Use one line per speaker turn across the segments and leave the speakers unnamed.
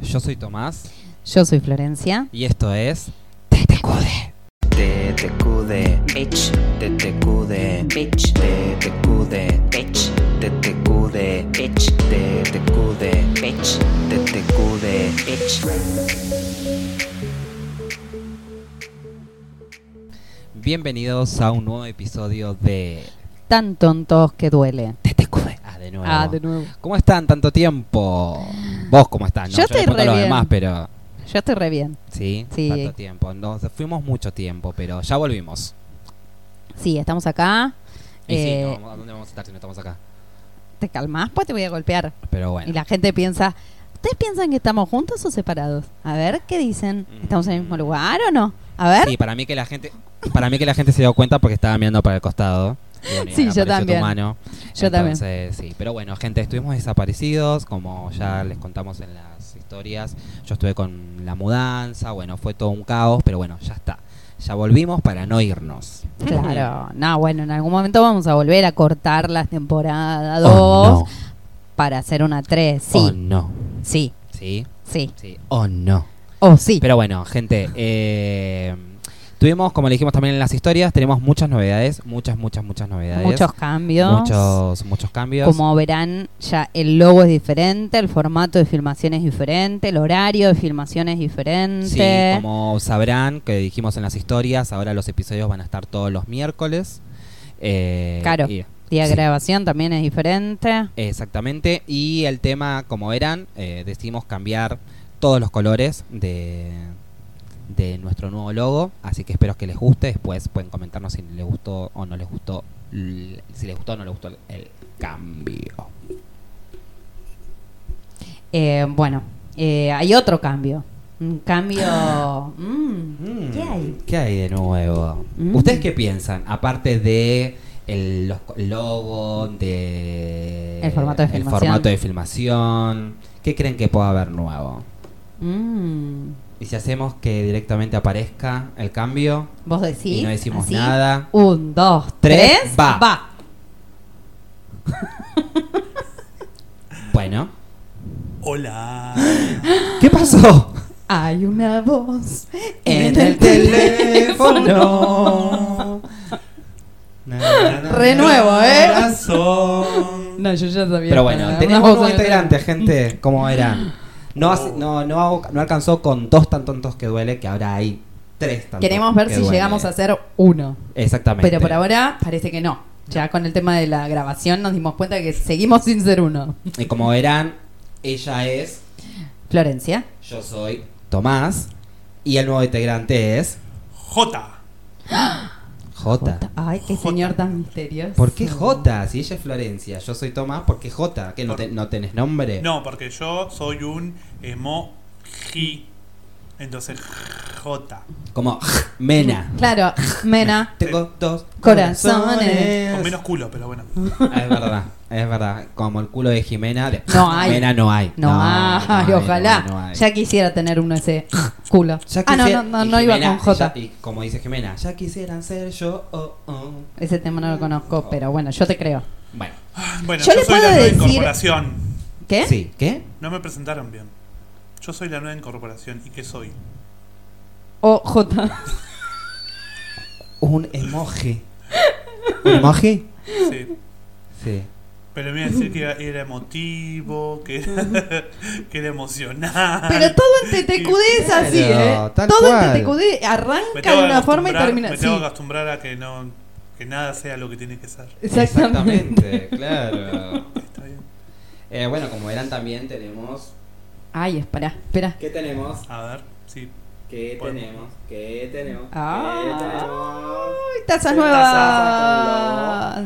Yo soy Tomás
Yo soy Florencia.
y esto es
TTQD.
Te te cude, bitch. Te te cude, bitch. Te te cude, bitch. Te te cude, bitch. Te te cude, bitch. Te te cude, bitch.
Bienvenidos a un nuevo episodio de
Tan tontos que duele.
TTQD. Ah, de nuevo.
Ah, de nuevo.
¿Cómo están tanto tiempo? Vos cómo están, ¿no?
Yo estoy
les cuento
re
los
bien.
demás, pero
Yo estoy re bien.
sí,
Sí.
tanto tiempo. Nos fuimos mucho tiempo, pero ya volvimos.
Sí, estamos acá.
Y sí,
Eh,
no, vamos- ¿a dónde vamos a estar si no estamos acá?
Te calmás, pues te voy a golpear.
Pero bueno.
Y la gente piensa, ¿ustedes piensan que estamos juntos o separados? A ver, ¿qué dicen?
Mm.
¿Estamos en el mismo lugar o no? A ver.
Sí, para mí que la gente para mí que la gente se dio cuenta porque estaba mirando para el costado. Y bueno, y
Sí, yo
apareció tu
también.
mano.
Yo también.
Entonces, sí, pero bueno, gente, estuvimos desaparecidos, como ya les contamos en las historias. Yo estuve con la mudanza, bueno, fue todo un caos, pero bueno, ya está. Ya volvimos para no irnos.
Claro. No, bueno, en algún momento vamos a volver a cortar las temporadas 2
Oh, no.
para hacer una 3. Sí,
Oh, no.
sí,
Sí,
sí.
sí. Oh, no.
O sí.
Pero bueno, gente, eh, tuvimos, como le dijimos también en las historias, tenemos muchas novedades, muchas, muchas, muchas novedades.
Muchos cambios.
Muchos, muchos cambios.
Como verán, ya el logo es diferente, el formato de filmación es diferente, el horario de filmación es diferente.
Sí, como sabrán, que dijimos en las historias, ahora los episodios van a estar todos los miércoles. Eh,
Claro.
y-
Día de
sí.
grabación también es diferente.
exactamente. Y el tema, como verán, eh, decidimos cambiar todos los colores de, de nuestro nuevo logo. Así que espero que les guste. Después pueden comentarnos si les gustó o no les gustó. l- Si les gustó o no les gustó el, el cambio.
Eh, bueno, eh, hay otro cambio. Un cambio... mm, ¿Qué hay?
¿Qué hay de nuevo?
Mm.
¿Ustedes qué piensan? Aparte de el los co- logo, de
El formato de
el
filmación.
formato de filmación, ¿qué creen que pueda haber nuevo?
Mm,
Y si hacemos que directamente aparezca el cambio
Vos decís...
y no decimos
así?
nada.
Un, dos,
Tres,
tres,
va.
va.
Bueno,
Hola.
¿qué pasó?
Hay una voz
En el teléfono.
Re nuevo, ¿eh?
Corazón.
No, yo ya sabía.
Pero
que
bueno,
era
tenemos
una
un nuevo
voz en el
integrante, gente, como eran. No, hace- no, no, hago- no alcanzó con dos tan tontos que duele, que ahora hay tres tan
Queremos
tontos
ver
que
si
duele.
llegamos a hacer uno.
Exactamente.
Pero por ahora parece que no. Ya con el tema de la grabación nos dimos cuenta que seguimos sin ser uno.
Y como verán, ella es,
Florencia.
yo soy Tomás, y el nuevo integrante es
J.
Jota.
Ay, qué señor tan misterioso.
¿Por qué Jota? Si ella es Florencia, yo soy Tomás, ¿por qué Jota? ¿Que no, te- no tenés nombre?
No, porque yo soy un emoji. Entonces, J.
Como Mena.
Claro, Mena.
Tengo dos
Corazones.
Con menos culo, pero bueno.
Ah, Es verdad, es verdad. Como el culo de Jimena. de-
No hay.
Jimena no hay.
No, ay,
no hay,
ojalá.
no hay, no hay.
Ya quisiera tener uno ese culo.
Ya
ah, no,
quisiera-
no, no,
y
no iba
Jimena-
con J.
y ya- y como dice Jimena, ya quisieran ser yo. oh, oh.
Ese tema no lo conozco, pero bueno, yo te creo.
Bueno,
Bueno,
Yo
yo,
le
soy
puedo
la nueva
decir-
incorporación.
¿Qué?
sí, ¿qué?
No me presentaron bien. Yo soy la nueva incorporación. ¿Y qué soy?
O J.
Un emoji. ¿Un emoji?
Sí.
Sí.
Pero me iba a decir que era, era emotivo, que era, que era emocional.
Pero todo en TTQD es así,
Claro,
¿eh?
tal
Todo
cual.
en TTQD
me
arranca
tengo
de
que
una forma y
acostumbrar-
termina.
Me
Sí,
tengo que acostumbrar a que, no, que nada sea lo que tiene que ser.
exactamente.
Exactamente, claro.
Está bien.
Eh, bueno, como verán también tenemos...
Ay, espera, espera.
¿Qué tenemos?
A ver, sí.
¿Qué
Podemos.
tenemos? ¿Qué tenemos? ¿Qué tenemos?
¡Ay, tazas
Tazas
nuevas!
Ah,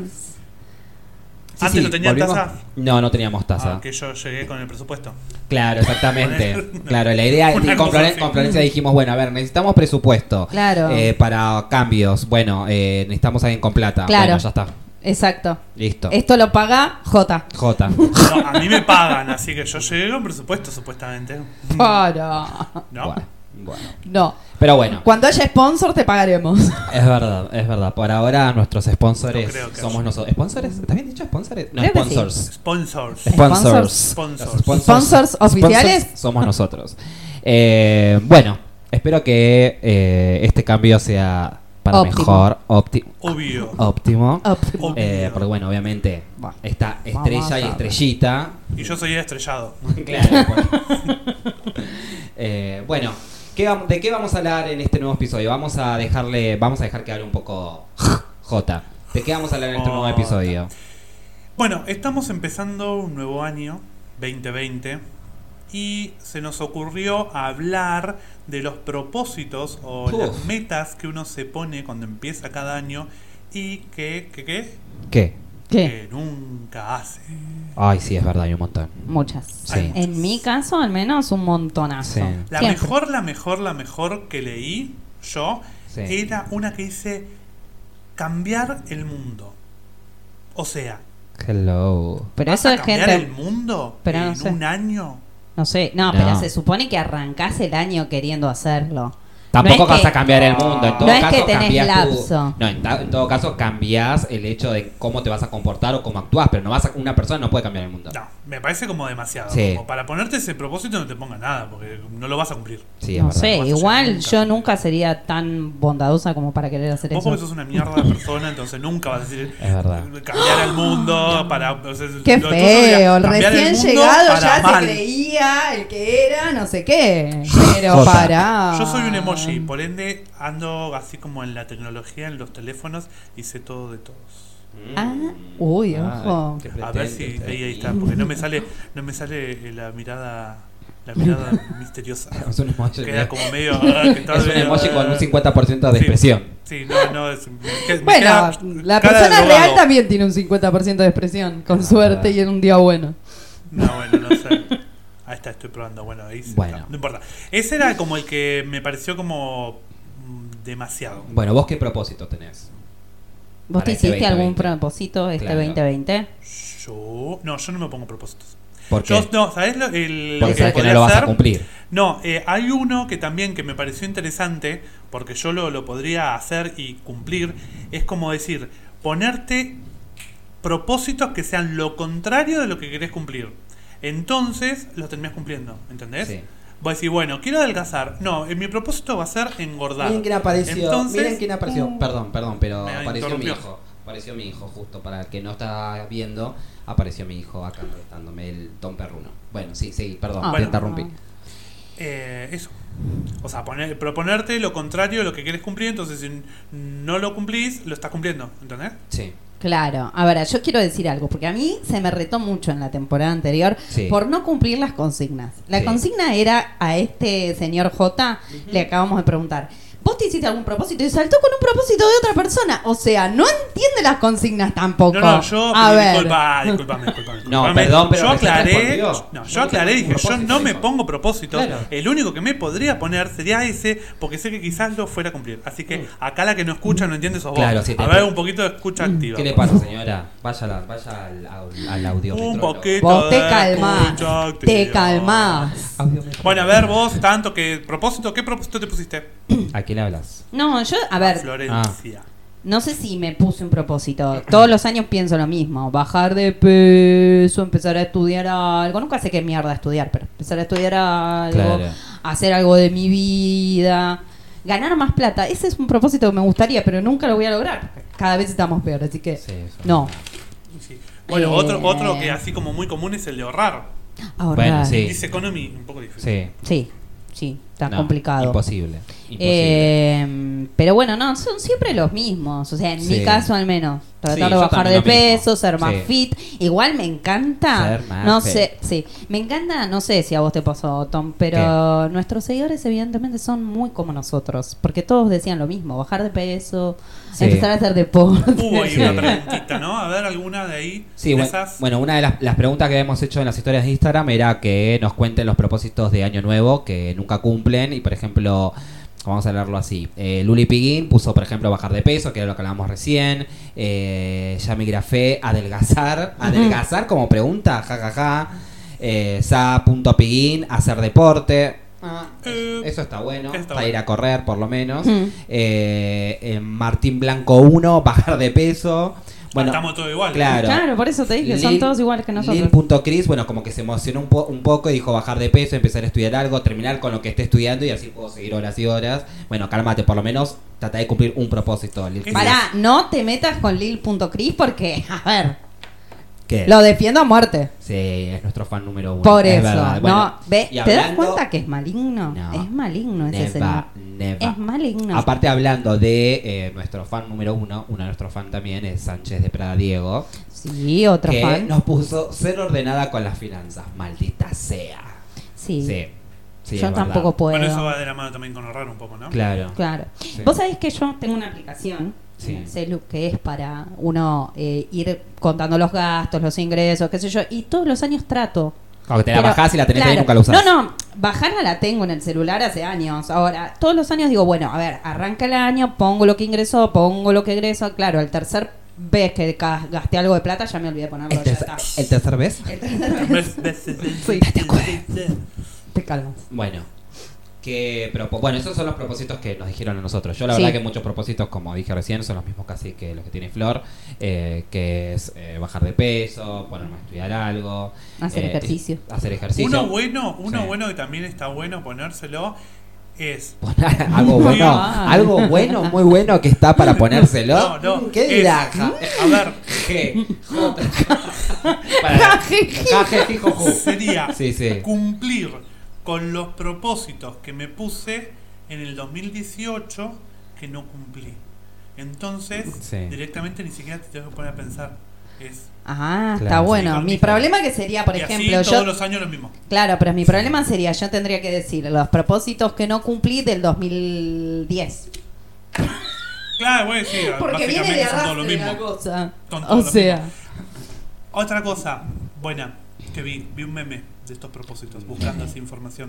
¿Antes no tenían
volvimos-
taza?
No, no teníamos taza.
Ah, que yo llegué con el presupuesto.
Claro, exactamente. claro, la idea
Una
y con,
cosa
Floren-
así.
con Florencia dijimos, bueno, a ver, necesitamos presupuesto.
Claro.
eh, para cambios. Bueno, eh, necesitamos a alguien con plata.
Claro.
Bueno, ya está.
Exacto.
Listo.
Esto lo paga J.
J.
No, a mí me pagan, así que yo llegué con presupuesto, supuestamente.
Para.
¿No?
Bueno, Bueno.
No.
Pero bueno,
Cuando haya sponsor te pagaremos.
es verdad, es verdad. Por ahora nuestros sponsores
No creo que
somos
haya.
nosotros. ¿Sponsores? ¿Está bien dicho sponsores? No,
Creo que sí.
sponsors.
Sponsors.
Sponsors.
Sponsors.
Los
Sponsors oficiales.
somos nosotros. Eh, bueno, espero que eh, este cambio sea para
Óptimo.
mejor, opti-
Obvio.
óptimo.
Óptimo.
Oh, Eh, porque bueno, obviamente
Bueno,
está
vamos
estrella
a
y
ver.
estrellita.
Y yo soy el estrellado.
Claro. por- Eh, bueno, ¿qué vam- ¿de qué vamos a hablar en este nuevo episodio? Vamos a dejarle, vamos a dejar que hable un poco J. ¿De qué vamos a hablar en este nuevo
Jota.
episodio?
Bueno, estamos empezando un nuevo año, 2020, y se nos ocurrió hablar de los propósitos o
Uf.
las metas que uno se pone cuando empieza cada año y que, que, que,
¿Qué?
¿Qué?
que nunca hace.
Ay, sí, es verdad, hay un montón.
Muchas.
Sí.
En mi caso, al menos, un
Sí.
montonazo.
La
Siempre.
mejor, la mejor, la mejor que leí yo
Sí.
era una que dice cambiar el mundo. O sea,
Hello.
Pero
¿vas
eso
a
es
cambiar
gente.
el mundo
Pero no
en
sé.
un año?
No sé, no,
No.
pero se supone que arrancás el año queriendo hacerlo.
Tampoco
No es
vas
que-
a cambiar el mundo. En todo
No es que
caso,
tenés
cambiás tu-
lapso.
no, en, ta- en todo caso, cambias el hecho de cómo te vas a comportar o cómo actúas, pero no vas a- una persona no puede cambiar el mundo.
No, me parece como demasiado.
Sí.
Como para ponerte ese propósito no te ponga nada, porque no lo vas a cumplir.
Sí, es
no
verdad.
sé,
Vos
igual
nunca.
yo nunca sería tan bondadosa como para querer hacer
Vos
eso.
porque sos una mierda de persona, entonces nunca vas a decir
Es verdad.
cambiar al mundo para... o sea,
Qué
lo tuyo sería
feo,
cambiar el
recién
mundo
llegado
para
ya
mal.
se creía el que era, no sé qué. Pero
Jota.
para.
Yo soy
Ah.
un emoji, por ende ando así como en la tecnología, en los teléfonos y sé todo de todos.
Ah, uy, ojo.
qué
A
pretende
ver si
usted.
ahí, ahí está, porque no me sale no me sale eh, la mirada la mirada misteriosa.
Es un emoji.
Queda como medio ah, que está
Es un
medio,
emoji con un
ah.
50% de
Sí.
expresión.
Sí, no, no, es, me que- me
Bueno, la
queda cara de Ah.
persona real
drogado.
también tiene un 50% de expresión, con suerte y en un día bueno.
No, bueno, no sé. Ahí está, estoy probando. Bueno, ahí se
Bueno.
está. No importa. Ese era como el que me pareció como mm, demasiado.
Bueno, ¿vos qué propósito tenés?
¿Vos
Para
te
este
hiciste algún
2020.
propósito este
Claro.
2020?
Yo. No, yo no me pongo propósitos.
¿Por qué?
Yo, no, ¿sabes lo, el, lo
Porque
que
sabés que
podría
no lo vas a
hacer?
cumplir.
No, eh, hay uno que también que me pareció interesante, porque yo lo, lo podría hacer y cumplir, es como decir, ponerte propósitos que sean lo contrario de lo que querés cumplir. Entonces los terminás cumpliendo, ¿entendés?
Sí.
Vos decís, bueno, quiero adelgazar. No, eh, mi propósito va a ser engordar.
Miren quién apareció.
Entonces,
miren quién apareció.
uh,
perdón, perdón, pero
me
apareció mi
interrumpió.
hijo. Apareció mi hijo, justo para el que no está viendo. Apareció mi hijo acá molestándome, el Tom Perruno. Bueno, sí, sí, perdón,
Ah,
te
bueno.
interrumpí.
Eh, eso. O sea, poner- proponerte lo contrario de lo que querés cumplir, entonces si no lo cumplís, lo estás cumpliendo, ¿entendés?
Sí.
Claro, ahora yo quiero decir algo, porque a mí se me retó mucho en la temporada anterior
Sí.
por no cumplir las consignas. La
Sí.
consigna era a este señor J, le acabamos de preguntar, ¿vos te hiciste algún propósito? Y saltó con un propósito de otra persona. O sea, no entiende las consignas tampoco.
No, no, yo
a
eh,
ver.
disculpa, disculpame, disculpame,
No,
disculpame.
perdón, pero
yo
recién
aclaré,
respondió.
no, yo
Yo
aclaré,
no
dije,
tengo
yo no me
propósitos,
pongo propósitos.
Claro.
El único que me podría poner sería ese, porque sé que quizás lo fuera a cumplir. Así que acá la que no escucha no entiende sos vos.
Mm. Claro, sí, te- Mm,
Habrá un poquito de escucha activa.
¿Qué le pasa, señora? Vaya, a la- vaya al, al, al audiómetro.
Un poquito.
Vos te
de
calmás,
escucha
te
activa.
calmás.
Audiómetro.
Bueno, a ver vos, tanto que propósito, ¿qué propósito te pusiste?
¿A quién le hablas?
No, yo, a
Ah.
ver,
Florencia.
no sé si me puse un propósito. Todos los años pienso lo mismo, bajar de peso, empezar a estudiar algo. Nunca sé qué mierda estudiar, pero empezar a estudiar algo,
Claro.
hacer algo de mi vida, ganar más plata. Ese es un propósito que me gustaría, pero nunca lo voy a lograr. Cada vez estamos peor, así que
Sí, eso.
eh, no.
Sí. Bueno,
Eh.
otro, otro que así como muy común es el de ahorrar.
Ahorrar.
Bueno, sí.
Dice economy, un poco difícil.
Sí.
Sí, sí, está
No,
complicado.
Imposible. imposible.
Eh, pero bueno, no, son siempre los mismos. O sea, en
Sí.
mi caso al menos.
Sí,
Tratar de
yo
bajar de
también lo mismo.
peso, ser más
Sí.
fit. Igual me encanta.
Ser más
no
fit.
sé, sí. Me encanta, no sé si a vos te pasó, Tom, pero nuestros seguidores evidentemente son muy como nosotros. Porque todos decían lo mismo: bajar de peso,
Sí.
empezar a hacer deporte.
Hubo ahí
Sí.
una preguntita, ¿no? A ver, alguna de ahí.
Sí,
de
bueno,
esas.
bueno, una de las, las preguntas que habíamos hecho en las historias de Instagram era que nos cuenten los propósitos de Año Nuevo que nunca cumplen. Y por ejemplo, vamos a leerlo así: eh, Luli Piguín puso, por ejemplo, bajar de peso, que era lo que hablábamos recién. Eh, Yami Grafé, adelgazar. Adelgazar como pregunta, jajaja. Ja, ja. Eh, Sa.Piguín, hacer deporte. Ah,
Eh,
eso está bueno.
está
para ir
bueno.
a correr, por lo menos.
Mm.
Eh, eh, Martín Blanco 1, bajar de peso. Bueno,
Estamos todos igual.
claro.
Claro, por eso te dije, son
Lil-
todos iguales que nosotros.
Lil.Cris, bueno, como que se emocionó un, po- un poco y dijo bajar de peso, empezar a estudiar algo, terminar con lo que esté estudiando y así puedo seguir horas y horas. Bueno, cálmate, por lo menos trata de cumplir un propósito, Lil Cris.
Pará, no te metas con Lil.cris porque, a ver,
¿Qué?
lo defiendo a muerte.
Sí, es nuestro fan número uno.
Por
es
eso.
verdad.
No,
Bueno,
ve,
y
¿Te das
hablando-
cuenta que es maligno?
No.
es maligno ese
Neva,
señor.
neva.
Es maligno.
Aparte hablando de eh, nuestro fan número uno, uno de nuestros fan también es Sánchez de Prada Diego,
sí, otro
que
fan.
nos puso ser ordenada con las finanzas, maldita sea.
sí.
Sí, sí,
Yo
es
tampoco
verdad.
puedo.
Bueno, eso va de la mano también con ahorrar un poco, ¿no?
Claro.
Claro.
Sí.
Vos sabés que yo tengo una aplicación
Sí.
en el celu que es para uno eh, ir contando los gastos, los ingresos, qué sé yo, y todos los años trato.
Como que te la
Pero,
bajás y la tenés ahí y
claro,
nunca la usás.
No, no, bajarla la tengo en el celular hace años. Ahora, todos los años digo, bueno, a ver, arranca el año, pongo lo que ingresó, pongo lo que egreso. Claro, el tercer vez que ca- gasté algo de plata ya me olvidé ponerlo.
El,
ya
tercer-
está.
el tercer vez.
El tercer-
Sí.
Te calmas.
Bueno. Que propo- bueno, esos son los propósitos que nos dijeron a nosotros. Yo la
Sí.
verdad que muchos propósitos, como dije recién, son los mismos casi que los que tiene Flor, eh, que es eh, bajar de peso, ponerme a estudiar algo.
Hacer
eh,
ejercicio.
es- hacer ejercicio.
Uno bueno, uno
Sí.
bueno que también está bueno ponérselo es.
Poner algo bueno,
Ah.
algo bueno, muy bueno que está para ponérselo.
No, no.
¿Qué
es-
dirá?
A ver,
G, J,
Ah,
para, J, J, J.
sería
Sí, sí.
cumplir con los propósitos que me puse en el 2018 que no cumplí. Entonces,
Sí.
directamente ni siquiera te tengo que poner a pensar. Es,
Ah, está
Claro.
bueno.
Sí,
Mi
sí.
problema que sería, por
y
ejemplo,
así
yo...
todos los años lo mismo.
Claro, pero mi problema sería, yo tendría que decir los propósitos que no cumplí del 2010.
Claro, voy a decir,
Porque viene de
básicamente son todos lo
arrastre la
mismo.
cosa.
Son todos
O
lo
sea,
mismo. Otra cosa buena que vi, vi un meme de estos
Mm.
propósitos, buscando esa información.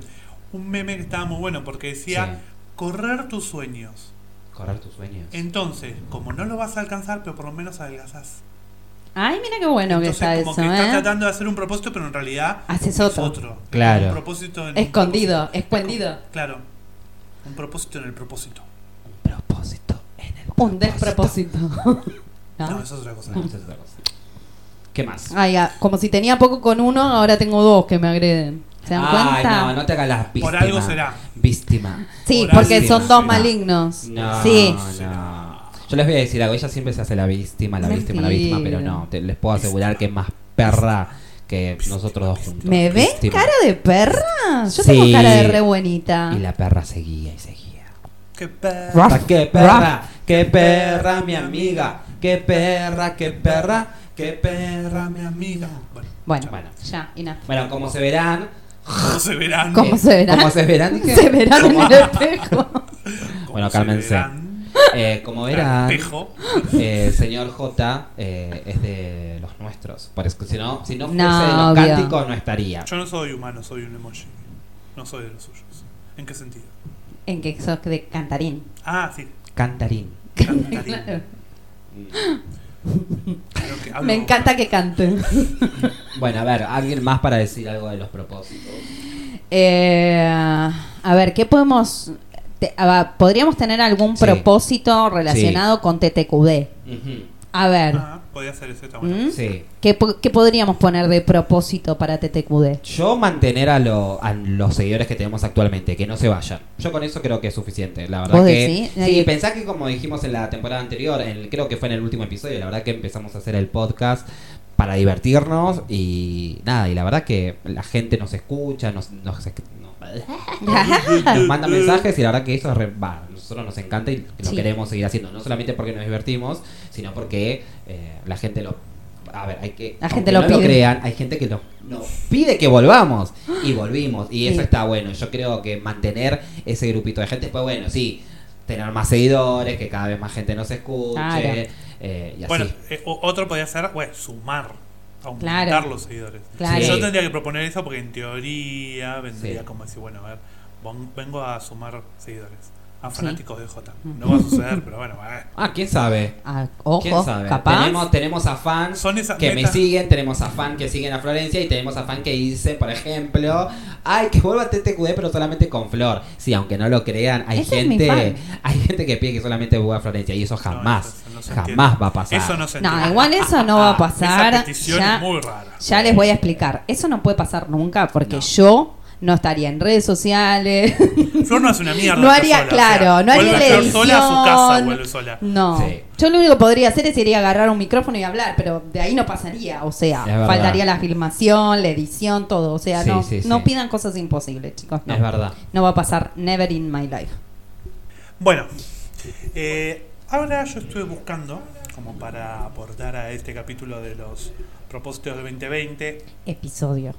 Un meme que estaba muy bueno porque decía, correr tus sueños.
Correr tus sueños.
Entonces, como no lo vas a alcanzar, pero por lo menos adelgazás.
Ay, mira qué bueno que
Entonces,
está
como
eso,
que estás
¿eh?
tratando de hacer un propósito, pero en realidad
Haces
es
otro.
otro.
Claro.
Un propósito en
Escondido, escondido.
un- claro. Un propósito en el propósito.
Propósito en el
Un despropósito. ¿No?
No, eso es otra cosa.
No, esa es otra cosa. ¿Qué más?
Ay, ah, como si tenía poco con uno, ahora tengo dos que me agreden. ¿Se dan
Ay,
cuenta?
no, no te hagas la víctima.
Por algo será.
Víctima.
Sí,
Por
porque
ahí
son
sí,
dos
no.
malignos.
No,
Sí.
no. Yo les voy a decir algo. Ella siempre se hace la víctima, la víctima, la víctima, pero no. te- les puedo asegurar que es más perra que nosotros dos juntos.
¿Me ven
Víctima.
cara de perra? Yo
Sí.
tengo cara de re buenita.
Y la perra seguía y seguía.
Qué per-
Ruff,
Pa- ¡Qué perra! ¡Qué perra, mi amiga! ¡Qué perra, qué perra! ¡Qué perra, mi amiga!
Bueno,
Bueno,
Bueno.
ya, enough.
Bueno, como se verán.
¿cómo se verán?
¿Cómo
eh,
se verán?
Como se verán. dije.
Se verán en el espejo.
¿Cómo
Bueno,
se
cálmense.
verán?
Eh, como verán,
Espejo.
eh, señor J eh, es de los nuestros. Por eso, si no, si no fuese
No,
de los
obvio.
cánticos, no estaría.
Yo no soy humano, soy un emoji. No soy de los suyos. ¿En qué sentido?
En que sos de cantarín.
Ah, sí.
Cantarín.
Cantarín.
Claro.
Creo que hablo
Me encanta que cante.
Bueno, a ver, alguien más para decir algo de los propósitos.
Eh, a ver, ¿qué podemos... te- a ver, ¿Podríamos tener algún
Sí.
propósito relacionado con TTQD?
Ujú,
A ver,
Ah, podía ser ese está bueno.
¿Mm?
Sí.
¿qué, po- qué podríamos poner de propósito para TTQD?
Yo mantener a, lo- a los seguidores que tenemos actualmente, que no se vayan. Yo con eso creo que es suficiente, la verdad
¿Vos
que
decís?
sí,
Nadie-
pensá que como dijimos en la temporada anterior, en el- creo que fue en el último episodio, la verdad que empezamos a hacer el podcast para divertirnos y nada, y la verdad que la gente nos escucha, nos, nos, no- nos Mm. manda mensajes y la verdad que eso es re- va, a nosotros nos encanta y lo
Sí.
queremos seguir haciendo, no solamente porque nos divertimos, sino porque eh, la gente lo a ver, hay que
La
aunque
gente
no
lo pide.
crean, hay gente que nos nos pide que volvamos y volvimos y eso
¡Ah! Sí.
está bueno. Yo creo que mantener ese grupito de gente fue bueno, sí, tener más seguidores, que cada vez más gente nos escuche
Claro.
eh, y así.
Bueno, eh, o- otro podía ser bueno, sumar, aumentar
Claro.
los seguidores.
Claro.
Yo tendría que proponer eso porque en teoría vendría
Sí.
como decir, bueno, a ver, von- vengo a sumar seguidores. a
Sí.
fanáticos de J. No va a suceder, pero bueno, eh.
Ah, quién sabe.
Ah, ojo,
¿Quién sabe?
capaz.
Tenemos, tenemos a fans
Son esas
que me
metas.
siguen, tenemos a fans que siguen a Florencia y tenemos a fans que dicen, por ejemplo, ay, que vuelva a TTQD pero solamente con Flor. Sí, aunque no lo crean, hay
Ese es mi
gente
fan.
hay gente que pide que solamente vuelva a Florencia y eso
No,
jamás,
eso no se
jamás
entiende.
va a pasar.
Eso no se entiende.
No, igual eso no
Ah,
va a
Esa
pasar.
petición
Ya-
es muy rara.
Ya les voy a explicar. Eso no puede pasar nunca porque
No.
yo no estaría en redes sociales.
Flor no hace una mierda.
No
Flor
haría,
sola,
claro, no haría
vuelve
la
Flor sola a su casa,
edición.
vuelve sola.
No.
Sí.
Yo lo único que podría hacer es ir a agarrar un micrófono y hablar, pero de ahí no pasaría. O sea,
Es verdad.
faltaría la filmación, la edición, todo. O sea,
Sí,
no,
sí, sí.
no pidan cosas imposibles, chicos. No.
Es verdad.
No va a pasar never in my life.
Bueno, eh, ahora yo estuve buscando, como para aportar a este capítulo de los propósitos de 2020.
Episodio.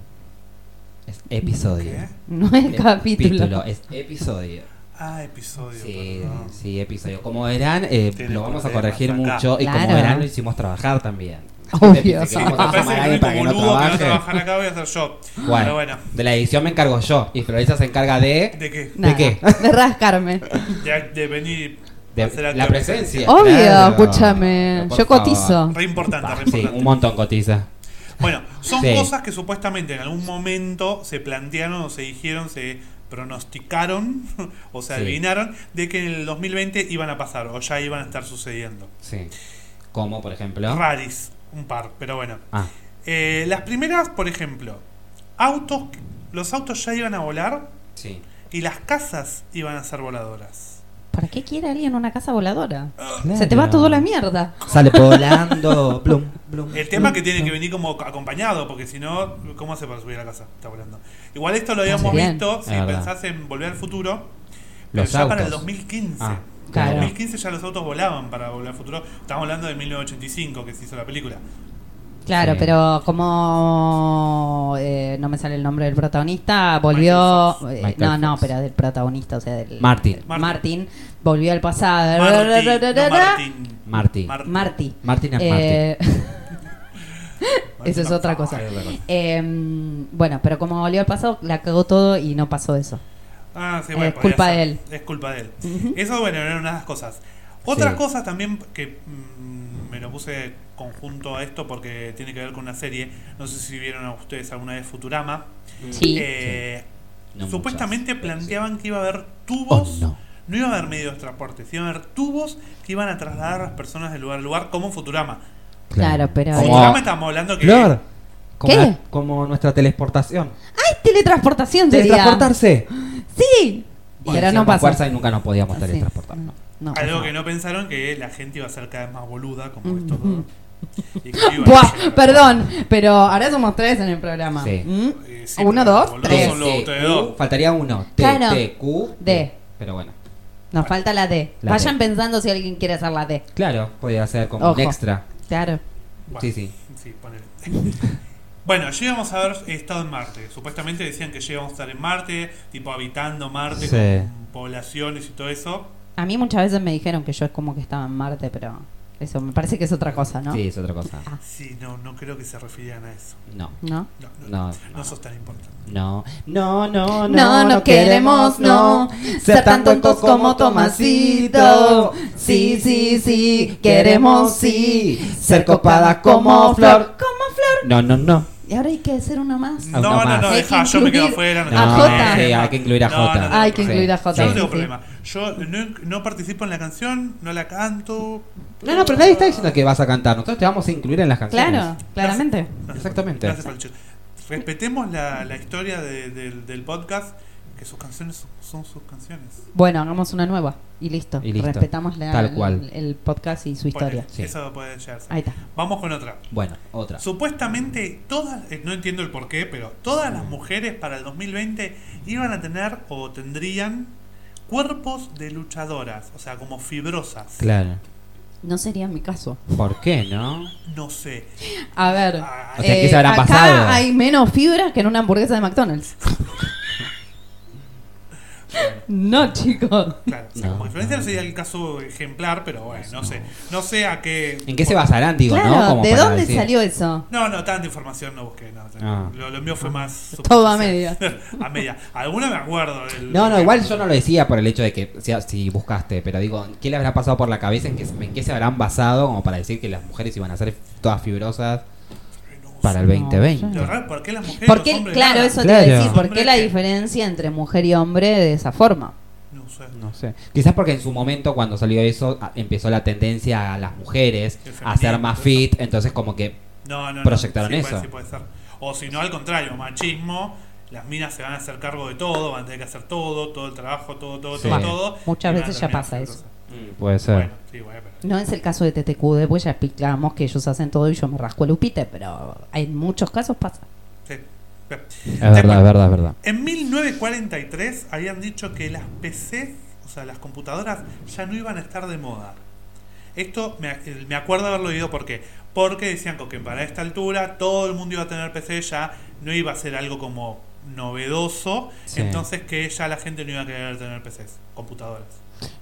Es episodio.
¿Qué?
No
Eh,
es capítulo.
Capítulo, Es episodio.
Ah, episodio.
Sí,
perdón.
sí, episodio. Como verán, eh,
Tiene
lo vamos a
problemas
corregir
acá.
mucho y como
Claro.
verán lo hicimos trabajar también.
Obvio.
Si queremos
Me
asomar
parece
a
que el
alguien para que
único
no
boludo que va a
trabaje.
trabajar acá voy a ser yo.
Bueno,
Pero bueno,
de la edición me encargo yo y Florencia se encarga de,
¿de qué?
Nada,
qué?
De rascarme.
De, de venir
de
a hacer
la
actor.
presencia.
Obvio,
claro.
escúchame,
Por
yo
favor.
cotizo.
Re importante, re
Sí,
importante.
un montón cotiza.
Bueno, son
Sí.
cosas que supuestamente en algún momento se plantearon o se dijeron, se pronosticaron o se
Sí.
adivinaron de que en el 2020 iban a pasar o ya iban a estar sucediendo.
Sí. Como por ejemplo.
Raris, un par, pero bueno.
Ah,
Eh, las primeras, por ejemplo, autos, los autos ya iban a volar
sí.
y las casas iban a ser voladoras.
¿Para qué quiere alguien una casa voladora? Se te va toda la mierda.
Sale volando. blum, blum,
El tema
blum,
es que tiene
blum.
que venir como acompañado, porque si no, ¿cómo hace para subir a la casa? Está volando. Igual esto lo habíamos
Ah, Sí, bien.
visto,
Es
si
verdad.
pensás en volver al futuro, pero
Los
ya para el
autos.
2015.
Ah,
Claro.
En 2015 ya los autos volaban para Volver al Futuro. Estamos hablando de 1985 que se hizo la película.
Claro,
Sí.
pero como eh, no me sale el nombre del protagonista, volvió.
Michael
eh,
Michael
no, no,
Fox.
pero del protagonista, o sea, del.
Martin.
Martin.
Martin, volvió al pasado.
Marty,
Ra, ra, ra, ra,
no
ra.
Martín.
Marty.
Mar-
Marty.
Martín es
Eh,
Martín,
eso es
no.
otra cosa.
Marty. Ah,
Eh, bueno, pero como volvió al pasado, la cagó todo y no pasó eso.
Ah, sí,
Eh,
bueno,
es
podría
culpa
ser.
de él.
Es culpa de él. Eso, bueno, eran unas cosas. Otras
Sí.
cosas también que mm, me lo puse conjunto a esto porque tiene que ver con una serie. No sé si vieron a ustedes alguna vez Futurama.
Sí.
Eh,
No muchas,
supuestamente
pero
planteaban que iba a haber
Oh,
tubos.
no.
No iba a haber medios de transporte, sino iba a haber tubos que iban a trasladar a las personas de lugar a lugar, como Futurama.
Claro, pero-
Como-
Futurama estamos hablando que.
Flor. Como,
¿Qué?
la- como nuestra teleportación.
¡Ay, teletransportación sería!
Teletransportarse.
¡Sí!
Bueno,
pero no
hacíamos
pasó.
fuerza y nunca nos podíamos
Sí.
teletransportarnos.
No,
Algo
pasó.
que no pensaron que la gente iba a ser cada vez más boluda, como
Mm.
estos dos. Y que iban a
Buah,
llegar a-
perdón, pero ahora somos tres en el programa.
Sí.
¿Mm?
Eh, sí,
Uno,
pero
dos,
los boludos
tres.
son los
T,
ustedes
Q,
dos.
Faltaría uno. T,
Claro.
T, Q,
D.
Pero bueno.
Nos falta la D.
Ah, La
Vayan
D.
pensando si alguien quiere hacer la D.
Claro, podría ser como un
Ojo.
extra.
Claro.
Bueno,
Sí, sí.
sí, ponele. Bueno, ya íbamos a haber estado en Marte. Supuestamente decían que ya íbamos a estar en Marte, tipo habitando Marte,
Sí.
con poblaciones y todo eso.
A mí muchas veces me dijeron que yo es como que estaba en Marte, pero eso me parece que es otra cosa, ¿no?
Sí, es otra cosa.
Ah.
Sí, no, no creo que se refirieran a eso.
No.
¿No?
No, no,
No,
no sos tan importante.
no, no, no, no,
No, no queremos, no, ser tan tontos como Tomasito. Sí, sí, sí, queremos, sí, ser copadas como Flor.
Como Flor.
No, no, no.
Y ahora hay que hacer uno más.
Ah,
No,
uno
no, no,
más.
Hay
deja,
que
yo me quedo
incluir
afuera. No
a
tengo
Jota.
problema.
Sí, hay que incluir a
No, no
Jota.
tengo
Hay que
problema.
incluir a Jota.
Yo no
sí,
tengo
sí.
problema. Yo no, no participo en la canción, no la canto.
No, no, pero nadie está diciendo que vas a cantar. Nosotros te vamos a incluir en las canciones.
Claro, claramente.
No hace
Exactamente.
falta- no hace falta el chiste. Respetemos la, la historia de- del- del podcast, que sus canciones son- son sus canciones.
Bueno, hagamos una nueva y listo.
Y listo.
Respetamos la-
Tal cual.
El, el podcast y su historia.
Ponele,
Sí.
Eso puede llegar a ser.
Ahí está.
Vamos con otra.
Bueno, otra.
Supuestamente todas, eh, no entiendo el porqué, pero todas
Mm.
las mujeres para el 2020 iban a tener o tendrían cuerpos de luchadoras, o sea, como fibrosas.
Claro.
No sería mi caso.
¿Por qué no?
No sé.
A ver,
Ah,
O sea,
eh,
¿qué se habrá
acá
pasado?
hay menos fibras que en una hamburguesa de McDonald's.
bueno.
No, chicos.
Claro,
No.
o sea,
Pues
como influencer sería el caso ejemplar, pero bueno, no sé. No sé a qué.
¿En qué se basarán, digo, no?
Claro,
Como
¿de
para
dónde
decir-
salió eso?
No, no, tanta información no busqué. No,
Ah.
lo, lo mío fue más.
Todo a
superficial. a media. Alguna me acuerdo. el-
No, no, igual yo no lo decía por el hecho de que sea, si buscaste, pero digo, ¿qué le habrá pasado por la cabeza? ¿En qué, en qué se habrán basado como para decir que las mujeres iban a ser todas fibrosas
No sé.
para el 2020?
Lo raro, ¿Por qué las mujeres?
¿Por
los
qué,
hombres
claro,
nada?
eso te iba a
Claro.
decir, ¿por qué la
Hombre, ¿qué?
diferencia entre mujer y hombre de esa forma?
No sé.
No sé. Quizás porque en su momento cuando salió eso a- empezó la tendencia a las mujeres
El
a ser más
feminismo,
fit, entonces como que
No, no, no.
Proyectaron
Sí, puede-
eso.
sí puede ser. O si no, al contrario, machismo. Las minas se van a hacer cargo de todo, van a tener que hacer todo, todo el trabajo, todo, todo,
Sí.
todo, todo.
Muchas
y van a
veces ya
terminar
pasa
haciendo
eso.
puede
cosas.
ser.
Bueno, sí, bueno, pero-
No es el caso de TTQD, pues ya explicamos que ellos hacen todo y yo me rasco el upite, pero en muchos casos pasa.
sí. Bueno.
es verdad, es verdad, es verdad.
En 1943 habían dicho que las PC, o sea, las computadoras, ya no iban a estar de moda. Esto me, eh, me acuerdo haberlo oído porque porque decían que para esta altura todo el mundo iba a tener PC ya no iba a ser algo como novedoso,
Sí.
entonces que ya la gente no iba a querer tener PCs, computadoras.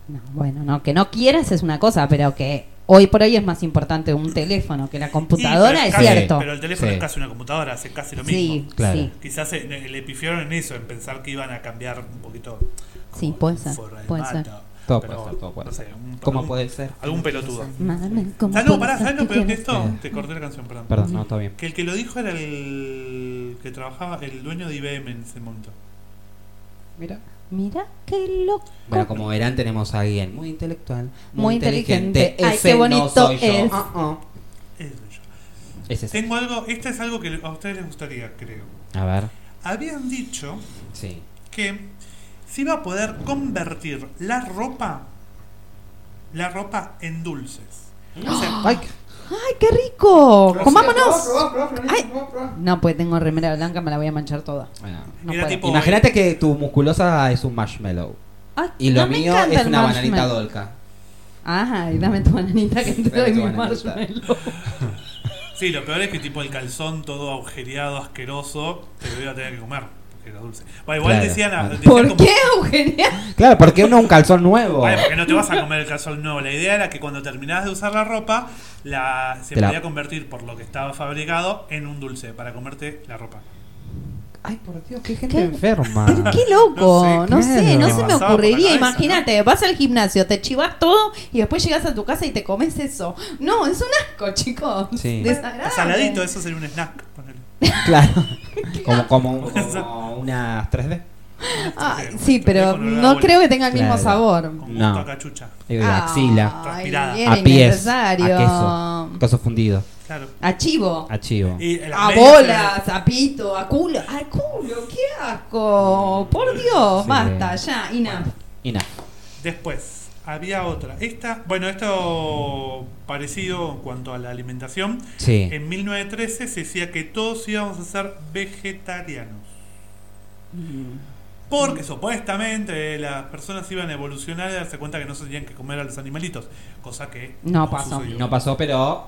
No, bueno, no, que no quieras es una cosa, pero que hoy por hoy es más importante un teléfono que la
Y,
computadora,
pero
es
casi-
cierto.
Pero el teléfono
Sí.
es casi una computadora, es casi lo mismo.
Sí,
Claro.
sí,
Quizás se- le le pifiaron en eso, en pensar que iban a cambiar un poquito.
Sí,
como
puede ser,
forra de
puede
mata.
ser.
Todo
Pero,
puede ser, todo puede
no sé, un-
¿Cómo
algún-
puede ser?
Algún pelotudo.
Madre, ¿cómo
¿Sabes Ah,
puede
no, pará,
ser
¿sabes lo
que
peor que
quieras?
esto?
Eh.
Te corté la canción, perdón.
Perdón, no, está bien.
Que el que lo dijo era el que trabajaba, el dueño de IBM en ese momento.
Mira.
Mira qué loco.
Bueno, como verán, tenemos a alguien muy intelectual, muy,
Muy inteligente.
inteligente.
Ay,
Ese
qué bonito
no soy yo.
es.
Ah, ah.
Ese soy yo.
Ese es.
Tengo algo, este es algo que a ustedes les gustaría, creo.
A ver,
Habían dicho
sí.
que se iba a poder convertir la ropa, la ropa en dulces. O sea,
¡Ay, qué rico!
Gracias.
¡Comámonos! Ay. No, pues tengo remera blanca, me la voy a manchar toda.
Bueno.
No
Era
puedo.
tipo-
Imagínate que tu musculosa es un marshmallow
Ah,
Ay,
y lo
no, me
mío
encanta
es
el
una bananita
marshmallow.
dolca.
Ajá, y dame tu bananita que te
Dame
doy
tu
mi
bananita.
marshmallow.
Sí, lo peor es que tipo el calzón todo agujereado, asqueroso, te lo iba a tener que comer, porque era dulce. Bueno, igual
Claro,
decían,
claro.
decían
¿Por
como-
qué, Eugenia?
Claro, porque uno un calzón nuevo.
Ay, porque no te vas a comer el calzón nuevo. La idea era que cuando terminabas de usar la ropa, la, se
Te la-
podía convertir por lo que estaba fabricado en un dulce para comerte la ropa.
Ay, por Dios, qué gente
¿Qué?
enferma.
Pero qué loco, no
No
sé,
sé,
no,
claro.
se
Te
me
pasaba por la
ocurriría.
cabeza,
Imagínate, vas al gimnasio, te chivas todo y después llegas a tu casa y te comes eso. No, es un asco, chicos.
Sí.
Desagradable.
Saladito, eso sería un snack. ponele.
Claro. como, como, un- como unas 3D.
Ay,
Sí,
sí,
te
pero
dejo con olor a
no
abuela.
creo que tenga el mismo
Claro.
sabor.
Con gusto
No.
a cachucha.
Digo,
Ah.
de axila,
Transpirada.
bien
a pies, a
innecesario.
queso, queso fundido,
Claro.
A chivo.
a chivo.
Y en las
A
medias-
Ah, bolas, a pito, a culo. A culo, qué asco. Por Dios,
Sí.
basta, ya, enough.
Y nada.
Después, había otra. Esta, bueno, esto parecido en cuanto a la alimentación.
Sí.
En 1913 se decía que todos íbamos a ser vegetarianos.
Mm,
Porque supuestamente las personas iban a evolucionar y darse cuenta que no se tenían que comer a los animalitos. Cosa que
No pasó.
sucedió.
No pasó, pero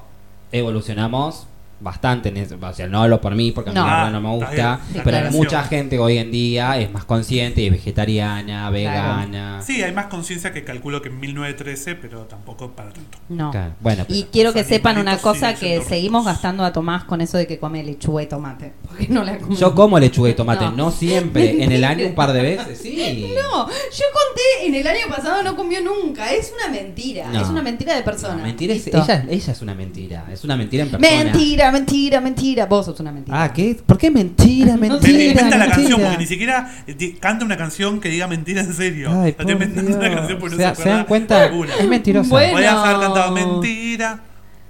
evolucionamos bastante. en eso. O sea, no hablo por mí, porque
No.
a mí la verdad no me
Ah, está
gusta.
bien.
Sí,
Pero
claro.
mucha gente hoy en día es más consciente y es vegetariana, vegana.
Sí, hay más conciencia que calculo que en 1913, pero tampoco para tanto.
No.
Claro, Bueno,
Y
pero-
quiero que
Los
sepan una
animalitos
cosa
siguen
que
siendo
seguimos
ricos.
gastando a Tomás con eso de que come lechuga y tomate. Porque no la come.
yo como lechuga y tomate,
No.
no, siempre, en el año un par de veces, sí.
No, yo conté en el año pasado no comió nunca. Es una mentira.
No.
Es una mentira de persona.
No, mentira es-
Listo.
ella, ella es una mentira, es una mentira en persona.
mentira, mentira, mentira. Vos sos una mentira.
Ah, ¿qué? ¿Por qué mentira, mentira?
Me- me inventa
mentira?
la canción, porque ni siquiera eh, di- canta una canción que diga mentira en serio.
Ay,
No te
por
inventas una
Dios.
canción porque
se,
no se,
se dan
acuerda
cuenta,
alguna.
es mentirosa.
Bueno.
Podrías haber cantado mentira.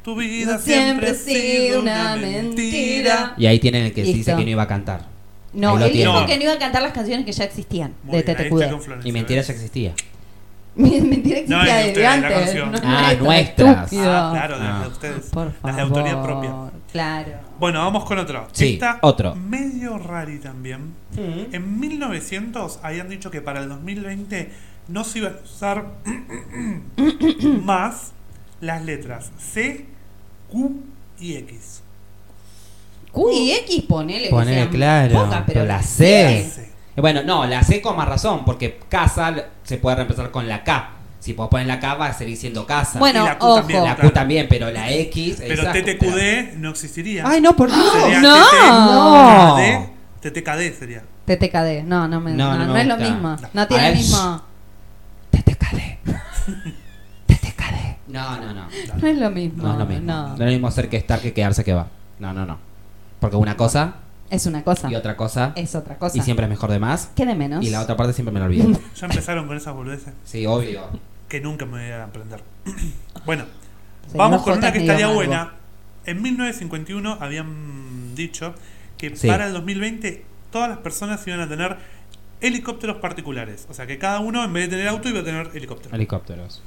Tu vida siempre, ha sido una mentira.
Y ahí tienen el que
Listo.
dice que no iba a cantar.
no,
ahí lo
él dijo
tienen.
que no iba a cantar las canciones que ya existían
Muy
de
bien, ahí
TTQD.
estoy con Florencia,
Y mentira
¿ves?
ya existía.
mentira existía
No, es de
desde
ustedes, la
antes.
canción.
es
Ah,
nuestra,
nuestras.
estúpido.
Ah, claro, de,
Ah.
de ustedes.
Por
Las
favor.
de autoría propia.
Claro.
Bueno, vamos con otro.
Sí,
Esta,
otro.
Medio rari también. En 1900 habían dicho que para el 2020 no se iban a usar más las letras C, Q y X.
Q y X, ponele. que
Ponele,
sean
claro,
Pocas, pero
pero la
las
C.
C.
Eh, Bueno, no, la C con más razón, porque casa l- se puede reemplazar con la K. Si vos pones la K, va a seguir siendo casa.
Bueno,
Y la Q
ojo.
también,
la Q también, pero la X.
Pero
exacto, te
TTQD no existiría.
da- Ay, no, por Dios.
Sería
no.
TTKD, TTKD sería.
TTKD. No, no, me,
No,
no,
no me
no es lo
gusta. Ah,
mismo.
A
No tiene
ver,
el mismo.
TTKD. TTKD. No, no, no.
No es lo mismo.
No es lo mismo. No.
no.
es lo mismo ser que estar que quedarse que va. No, no, no. Porque una cosa
Es una cosa.
y otra cosa
Es otra cosa.
y siempre es mejor de más.
¿Qué de menos?
Y la otra parte siempre me la olvido.
Ya empezaron con esas boludeces
Sí, obvio.
que nunca me voy a aprender. bueno,
Seguimos
vamos con
jotas
una que
medio
estaría
amargo.
buena. En 1951 habían dicho que
Sí.
para el 2020 todas las personas iban a tener helicópteros particulares. O sea que cada uno en vez de tener auto iba a tener helicóptero.
Helicópteros.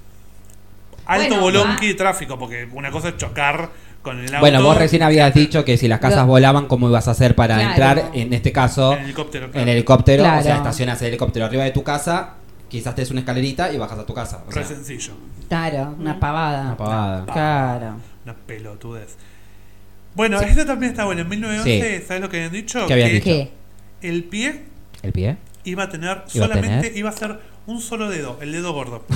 Alto
Bueno,
bolonqui
va.
de tráfico, porque una cosa es chocar con el auto.
Bueno, vos recién habías dicho que si las casas
Lo-
volaban, ¿cómo ibas a hacer para
Claro.
entrar? En este caso,
En el helicóptero. claro.
en helicóptero, o sea,
Claro.
estacionas el helicóptero arriba de tu casa, quizás te des una escalerita y bajas a tu casa. O
Re
sea,
sencillo.
Claro, una pavada.
una pavada.
Claro.
Una pelotudez. Bueno, esto también está bueno. En 1911, ¿sabes lo que habían dicho?
¿Qué habían
que
dicho?
¿Qué?
el pie
¿El pie?
iba a tener
Iba a
solamente,
tener.
iba a ser un solo dedo, el dedo gordo.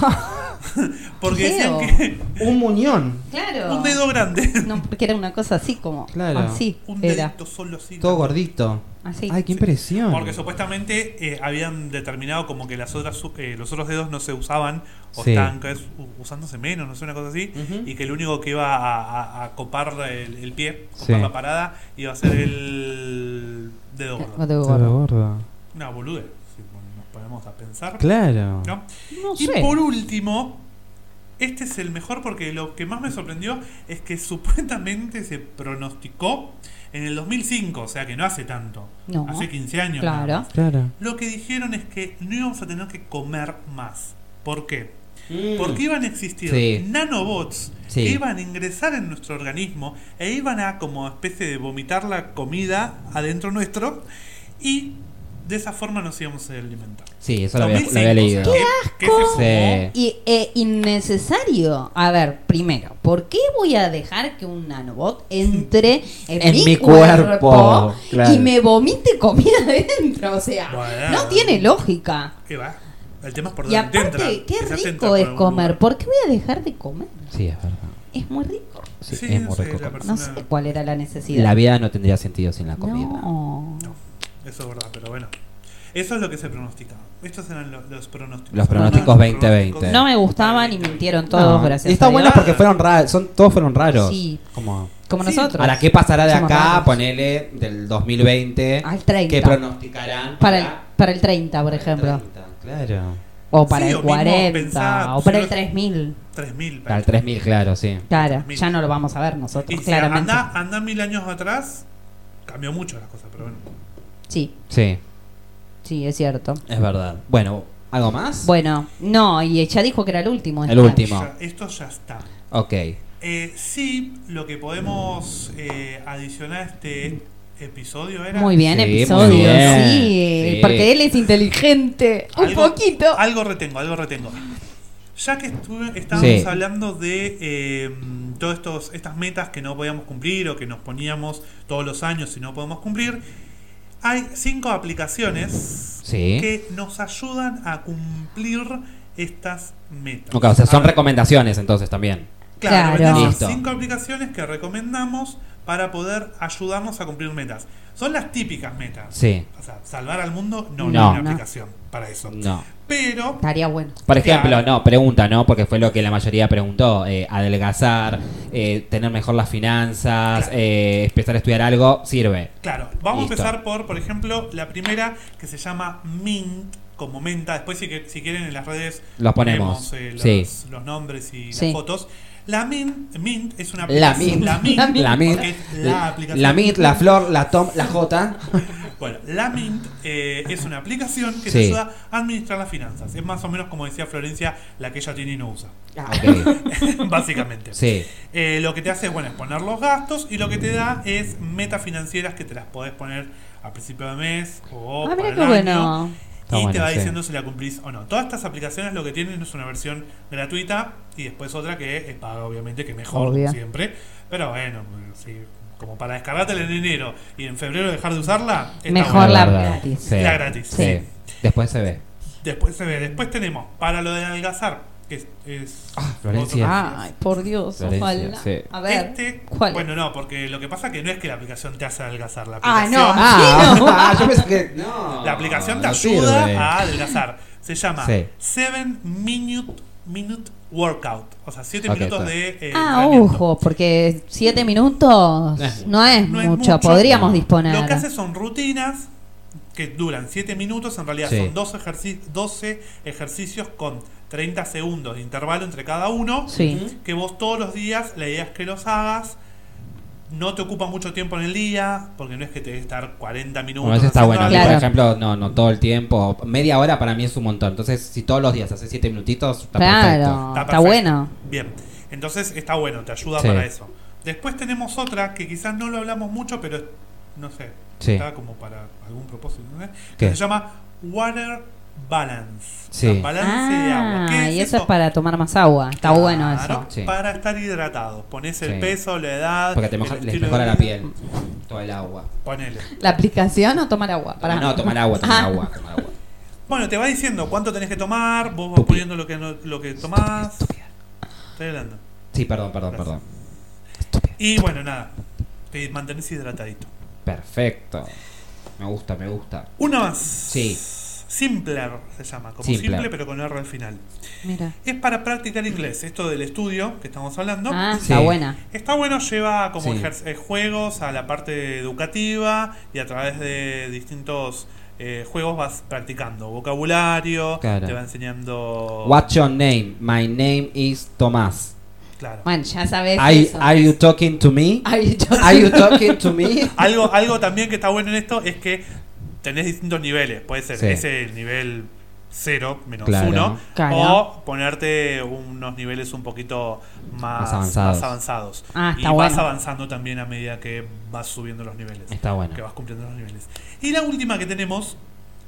Porque
Feo.
decían que
Un muñón.
Claro.
un dedo grande,
No, porque era una cosa así como.
Claro.
Así.
un
era.
dedito solo así.
Todo gordito.
Así.
Ay, qué impresión.
Porque supuestamente eh, habían determinado como que las otras su- eh, los otros dedos no se usaban o
Sí.
estaban cada vez u- usándose menos, no sé, una cosa así,
Ujú.
y que el único que iba a, a- a copar el, el pie, copar
Sí.
la parada, iba a ser el dedo gordo.
Eh, No tengo
Todo
gordo.
gordo.
Una boludez, si nos ponemos a pensar.
Claro.
¿no?
No
Y
sé.
por último, este es el mejor porque lo que más me sorprendió es que supuestamente se pronosticó en el 2005, o sea que no hace tanto,
No.
hace 15 años.
Claro.
nada más.
Claro.
Lo que dijeron es que no íbamos a tener que comer más. ¿Por qué? Porque iban a existir
Mm. Sí.
nanobots
Sí.
que iban a ingresar en nuestro organismo e iban a como especie de vomitar la comida adentro nuestro y de esa forma nos íbamos a alimentar.
Sí, eso lo había, lo
2005,
había leído.
o sea, que- que se fumó.
Sí.
Y eh, innecesario. A ver, primero, ¿por qué voy a dejar que un nanobot entre en,
En
mi,
mi
cuerpo,
cuerpo, claro.
y me vomite comida adentro? O sea,
Bueno.
no tiene lógica.
¿Qué va? El tema es por
Y
dónde te entra.
aparte, qué
Quizás te entra
rico
por
es
algún
comer.
lugar.
¿Por qué voy a dejar de comer?
Sí, es verdad.
Es muy rico.
Sí,
Sí,
es
no
muy
sé,
rico.
la
comer.
No
Persona-
sé cuál era la necesidad.
La vida no tendría sentido sin la comida.
No.
Eso es verdad, pero bueno. Eso es lo que se pronosticaba. Estos eran lo- los pronósticos.
Los pronósticos
Los
2020.
No me gustaban y mintieron todos,
No,
gracias.
Y está
a
bueno
Dios.
porque fueron raros, son, todos fueron raros.
Sí.
Como,
Como
Sí.
nosotros.
ahora, ¿qué pasará de
Somos
acá,
raros.
ponele, del 2020?
Al 30.
¿Qué pronosticarán?
Para el, para el 30, por
para el
ejemplo.
30, claro.
O para
Sí, o
el
mismo
40,
pensar,
o para el
si no-
3000.
3000.
Para el 3000, claro, sí.
Claro,
3000.
ya no lo vamos a ver nosotros,
Y si
claramente.
anda, anda mil años atrás, cambió mucho las cosas, pero bueno.
Sí,
Sí,
sí, es cierto.
es verdad. Bueno, ¿algo más?
Bueno, no, y ya dijo que era el último.
El
esta.
último. Timo.
Ya- esto ya está.
Ok.
Eh, sí, lo que podemos eh, adicionar a este episodio era.
Muy bien,
Sí, muy
episodio,
bien.
sí,
Sí.
Porque él es inteligente, un
Algo-
poquito.
Algo retengo, algo retengo. Ya que estuve, estábamos
Sí.
hablando de eh, todas estos, estas metas que no podíamos cumplir o que nos poníamos todos los años y no podemos cumplir, hay cinco aplicaciones
Sí.
que nos ayudan a cumplir estas metas.
Ok, o sea, son
A ver,
recomendaciones entonces también.
Claro,
Claro.
tenemos
Listo.
cinco aplicaciones que recomendamos para poder ayudarnos a cumplir metas. Son las típicas metas.
Sí.
O sea, salvar al mundo no,
No.
no hay una
No.
aplicación para eso.
No.
Pero
Estaría bueno.
Por ejemplo,
Claro.
no, pregunta, ¿no? Porque fue lo que la mayoría preguntó. eh, adelgazar, eh, tener mejor las finanzas,
Claro.
eh, empezar a estudiar algo, sirve.
Claro, vamos
Listo.
a empezar por, por ejemplo, la primera que se llama Mint, como menta. Después, si, que- si quieren, en las redes
Los ponemos,
eh, los,
sí.
los nombres y
Sí.
las fotos. La Mint, Mint es una
La
aplicación-
Mint.
La Mint,
La Mint. La Mint.
porque es la aplicación.
La Mint, la Flor, la Tom, la J.
Bueno, la Mint eh, es una aplicación que
Sí.
te ayuda a administrar las finanzas. Es más o menos como decía Florencia, la que ella tiene y no usa,
Ok,
básicamente.
Sí,
Eh, lo que te hace es, bueno, es poner los gastos y lo que te da es metas financieras que te las podés poner a principio de mes o
ah,
para
mira
el
qué
año.
bueno.
Está
y te
bueno,
va
sí.
diciendo si la cumplís o no. Todas estas aplicaciones lo que tienen es una versión gratuita y después otra que es paga, obviamente, que mejor
Obvio.
siempre. Pero bueno, sí, como para descargártela en enero y en febrero dejar de usarla, está
Mejor
bueno.
la
verdad.
gratis.
Sí.
La gratis.
Sí. Después se ve.
Después se ve. Después tenemos para lo del algazar, que es. es
Ah, Florencia.
Ay, por Dios,
Florencia,
ojalá.
sí.
A
otro.
ver,
Este,
¿cuál?
bueno, no, porque lo que pasa que no es que la aplicación te hace adelgazar. La
Ah,
aplicación,
no.
Ah, yo pensé que. No.
la aplicación te
Ah, no
ayuda
sirve.
a adelgazar. Se llama
Sí.
7 Minute, minute Workout. O sea, 7
Ok,
minutos
está.
de. eh,
ah,
entrenamiento.
ojo, porque siete minutos no es
No es
mucho, podríamos disponer.
Lo que hace son rutinas que duran 7 minutos, en realidad
Sí.
son 12, ejerci- 12 ejercicios con 30 segundos de intervalo entre cada uno,
Sí.
que vos todos los días, la idea es que los hagas, no te ocupa mucho tiempo en el día, porque no es que te debe estar 40 minutos.
Bueno, eso está
haciendo
bueno.
algo.
Por
Claro.
ejemplo, no, no todo el tiempo. Media hora para mí es un montón. Entonces, si todos los días haces siete minutitos, está perfecto.
Claro,
Está
está,
perfecto.
bueno.
Bien, entonces está bueno, te ayuda
Sí.
para eso. Después tenemos otra que quizás no lo hablamos mucho, pero es- no sé,
Sí.
está como para algún propósito, ¿no? sé,
¿Qué?
Que se llama Water Balance.
Sí.
la balance de agua. ¿Qué
Ah, y eso es
esto?
para tomar más agua. Está
Claro,
bueno eso.
Sí.
Para estar hidratado. Pones el
Sí.
peso, la edad.
Porque te
el
moja- les
estilo de
mejora la
vida.
piel. Todo el agua.
Ponele.
¿La aplicación o tomar agua? Pará.
No, tomar agua, tomar
Ah.
agua, tomar agua.
Bueno, te va diciendo cuánto tenés que tomar. Vos vas
Estúpido.
poniendo lo que, no- lo que tomás. Estoy hablando.
Sí, perdón, perdón,
Gracias.
perdón.
Y bueno, nada. Te mantenés hidratadito.
Perfecto. Me gusta, me gusta.
Una más.
Sí.
Simpler se llama. Como
Simpler.
simple, pero con R al final.
Mira.
Es para practicar inglés. Esto del estudio que estamos hablando.
Ah,
Sí.
está buena.
Está bueno, lleva como
Sí.
ejer- eh, juegos a la parte educativa y a través de distintos eh, juegos vas practicando vocabulario,
Claro.
te va enseñando...
What's your name? My name is Tomás.
Claro.
Bueno, ya sabes
I-
eso.
are you talking to me?
Ay, yo-
Are you talking to me?
Algo, algo también que está bueno en esto es que tenés distintos niveles. Puede ser
Sí.
ese nivel 0, menos
Claro.
1,
Claro.
o ponerte unos niveles un poquito más,
Más avanzados.
más avanzados.
Ah,
y
está
vas
bueno.
avanzando también a medida que vas subiendo los niveles.
Está bueno.
que vas cumpliendo los niveles. Y la última que tenemos,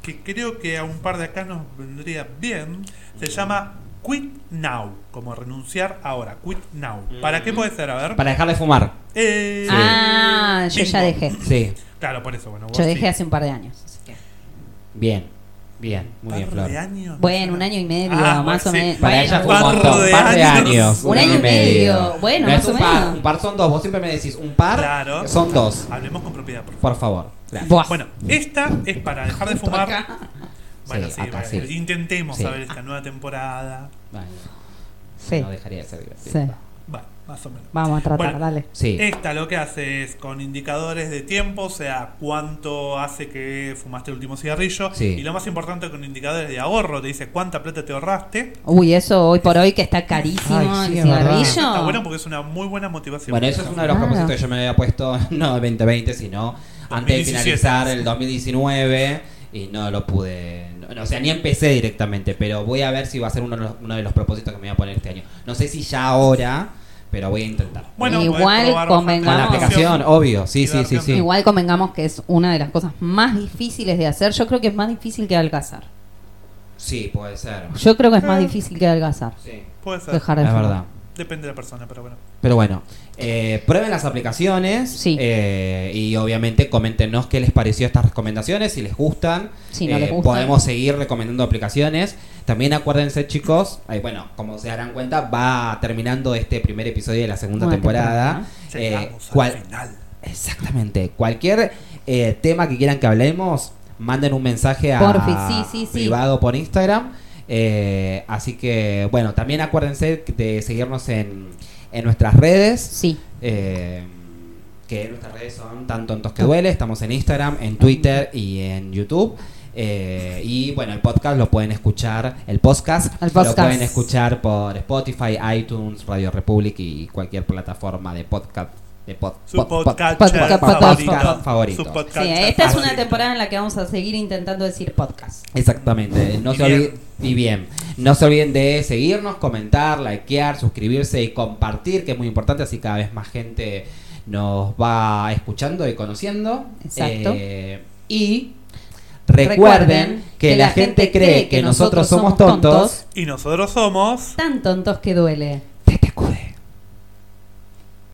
que creo que a un par de acá nos vendría bien, se llama Quit Now, como renunciar ahora, Quit Now. ¿Para qué puede ser? A ver.
Para dejar de fumar.
Eh,
Ah, yo ya
bingo.
dejé.
Sí.
Claro, por eso, bueno, vos
Yo
sí.
dejé hace un par de años. así que-
Bien. Bien. Muy bien,
Par
Flor.
de años,
Bueno, un
no sé.
año y medio,
Ah,
más
bueno,
o
sí.
menos.
Para
Bueno,
ella fue un
par
montón,
de
par de
años.
años.
Un año y medio. Bueno,
no
más
es un
o
par,
menos.
un par son dos. Vos siempre me decís un par,
Claro.
son dos.
Hablemos con propiedad, por favor.
Por favor.
Buah.
Ah, Bueno, esta es para dejar de fumar. Bueno,
Sí,
sí,
acá
bueno,
sí.
intentemos
Sí.
a ver esta nueva temporada.
Vale,
Sí,
No dejaría de ser divertido.
sí.
Bueno, más o menos.
Vamos a tratar,
Bueno.
dale.
Sí.
Esta lo que hace es con indicadores de tiempo, o sea, cuánto hace que fumaste el último cigarrillo.
Sí.
Y lo más importante con indicadores de ahorro, te dice cuánta plata te ahorraste.
Uy, eso hoy por hoy que está carísimo
Ay, sí,
el
es verdad.
cigarrillo.
Eso
Está bueno porque es una muy buena motivación.
Bueno, eso es uno de los
Claro.
propósitos que yo me había puesto, no 2020, sino antes de
2017.
finalizar el 2019 y no lo pude, no- no, o sea, ni empecé directamente, pero voy a ver si va a ser uno de los, uno de los propósitos que me voy a poner este año. No sé si ya ahora, pero voy a intentar.
Bueno, podés
Igual
probar bastante
convengamos-
Con la aplicación, obvio, sí, sí, sí, sí.
Igual convengamos que es una de las cosas más difíciles de hacer. Yo creo que es más difícil que alcanzar.
Sí, puede ser.
Yo creo que es más difícil que alcanzar.
Sí,
Puede ser.
Dejar de
Eh. es
fumar.
verdad.
Depende de la persona, pero bueno.
Pero bueno, eh, prueben las aplicaciones
Sí.
eh, y obviamente coméntenos qué les pareció estas recomendaciones, si les gustan.
Si no
Eh,
les gustan.
Podemos seguir recomendando aplicaciones. También acuérdense, chicos, eh, bueno, como se darán cuenta, va terminando este primer episodio de la segunda
Nueva
temporada. Eh,
Llegamos
cual-
al final.
exactamente, cualquier eh, tema que quieran que hablemos, manden un mensaje a
Porfi, sí, sí, sí.
privado por Instagram. Eh, así que, bueno, también acuérdense de seguirnos en, en nuestras redes.
Sí.
Eh, que nuestras redes son tan tontos que duele. Estamos en Instagram, en Twitter y en YouTube. Eh, y bueno, el podcast lo pueden escuchar, el podcast,
El podcast.
lo pueden escuchar por Spotify, iTunes, Radio Republic y cualquier plataforma de podcast. De pod-
Su
pod- pod-
podcast,
podcast
favorito.
favorito. favorito.
Su
Sí,
podcast
Ah,
esta es una
favorito.
temporada en la que vamos a seguir intentando decir podcast.
Exactamente, no
Y
se
bien.
olviden, y bien, no se olviden de seguirnos, comentar, likear, suscribirse y compartir, que es muy importante, así cada vez más gente nos va escuchando y conociendo.
Exacto.
Eh, y recuerden que, la gente cree que nosotros somos tontos,
Y nosotros somos.
Tan tontos que duele.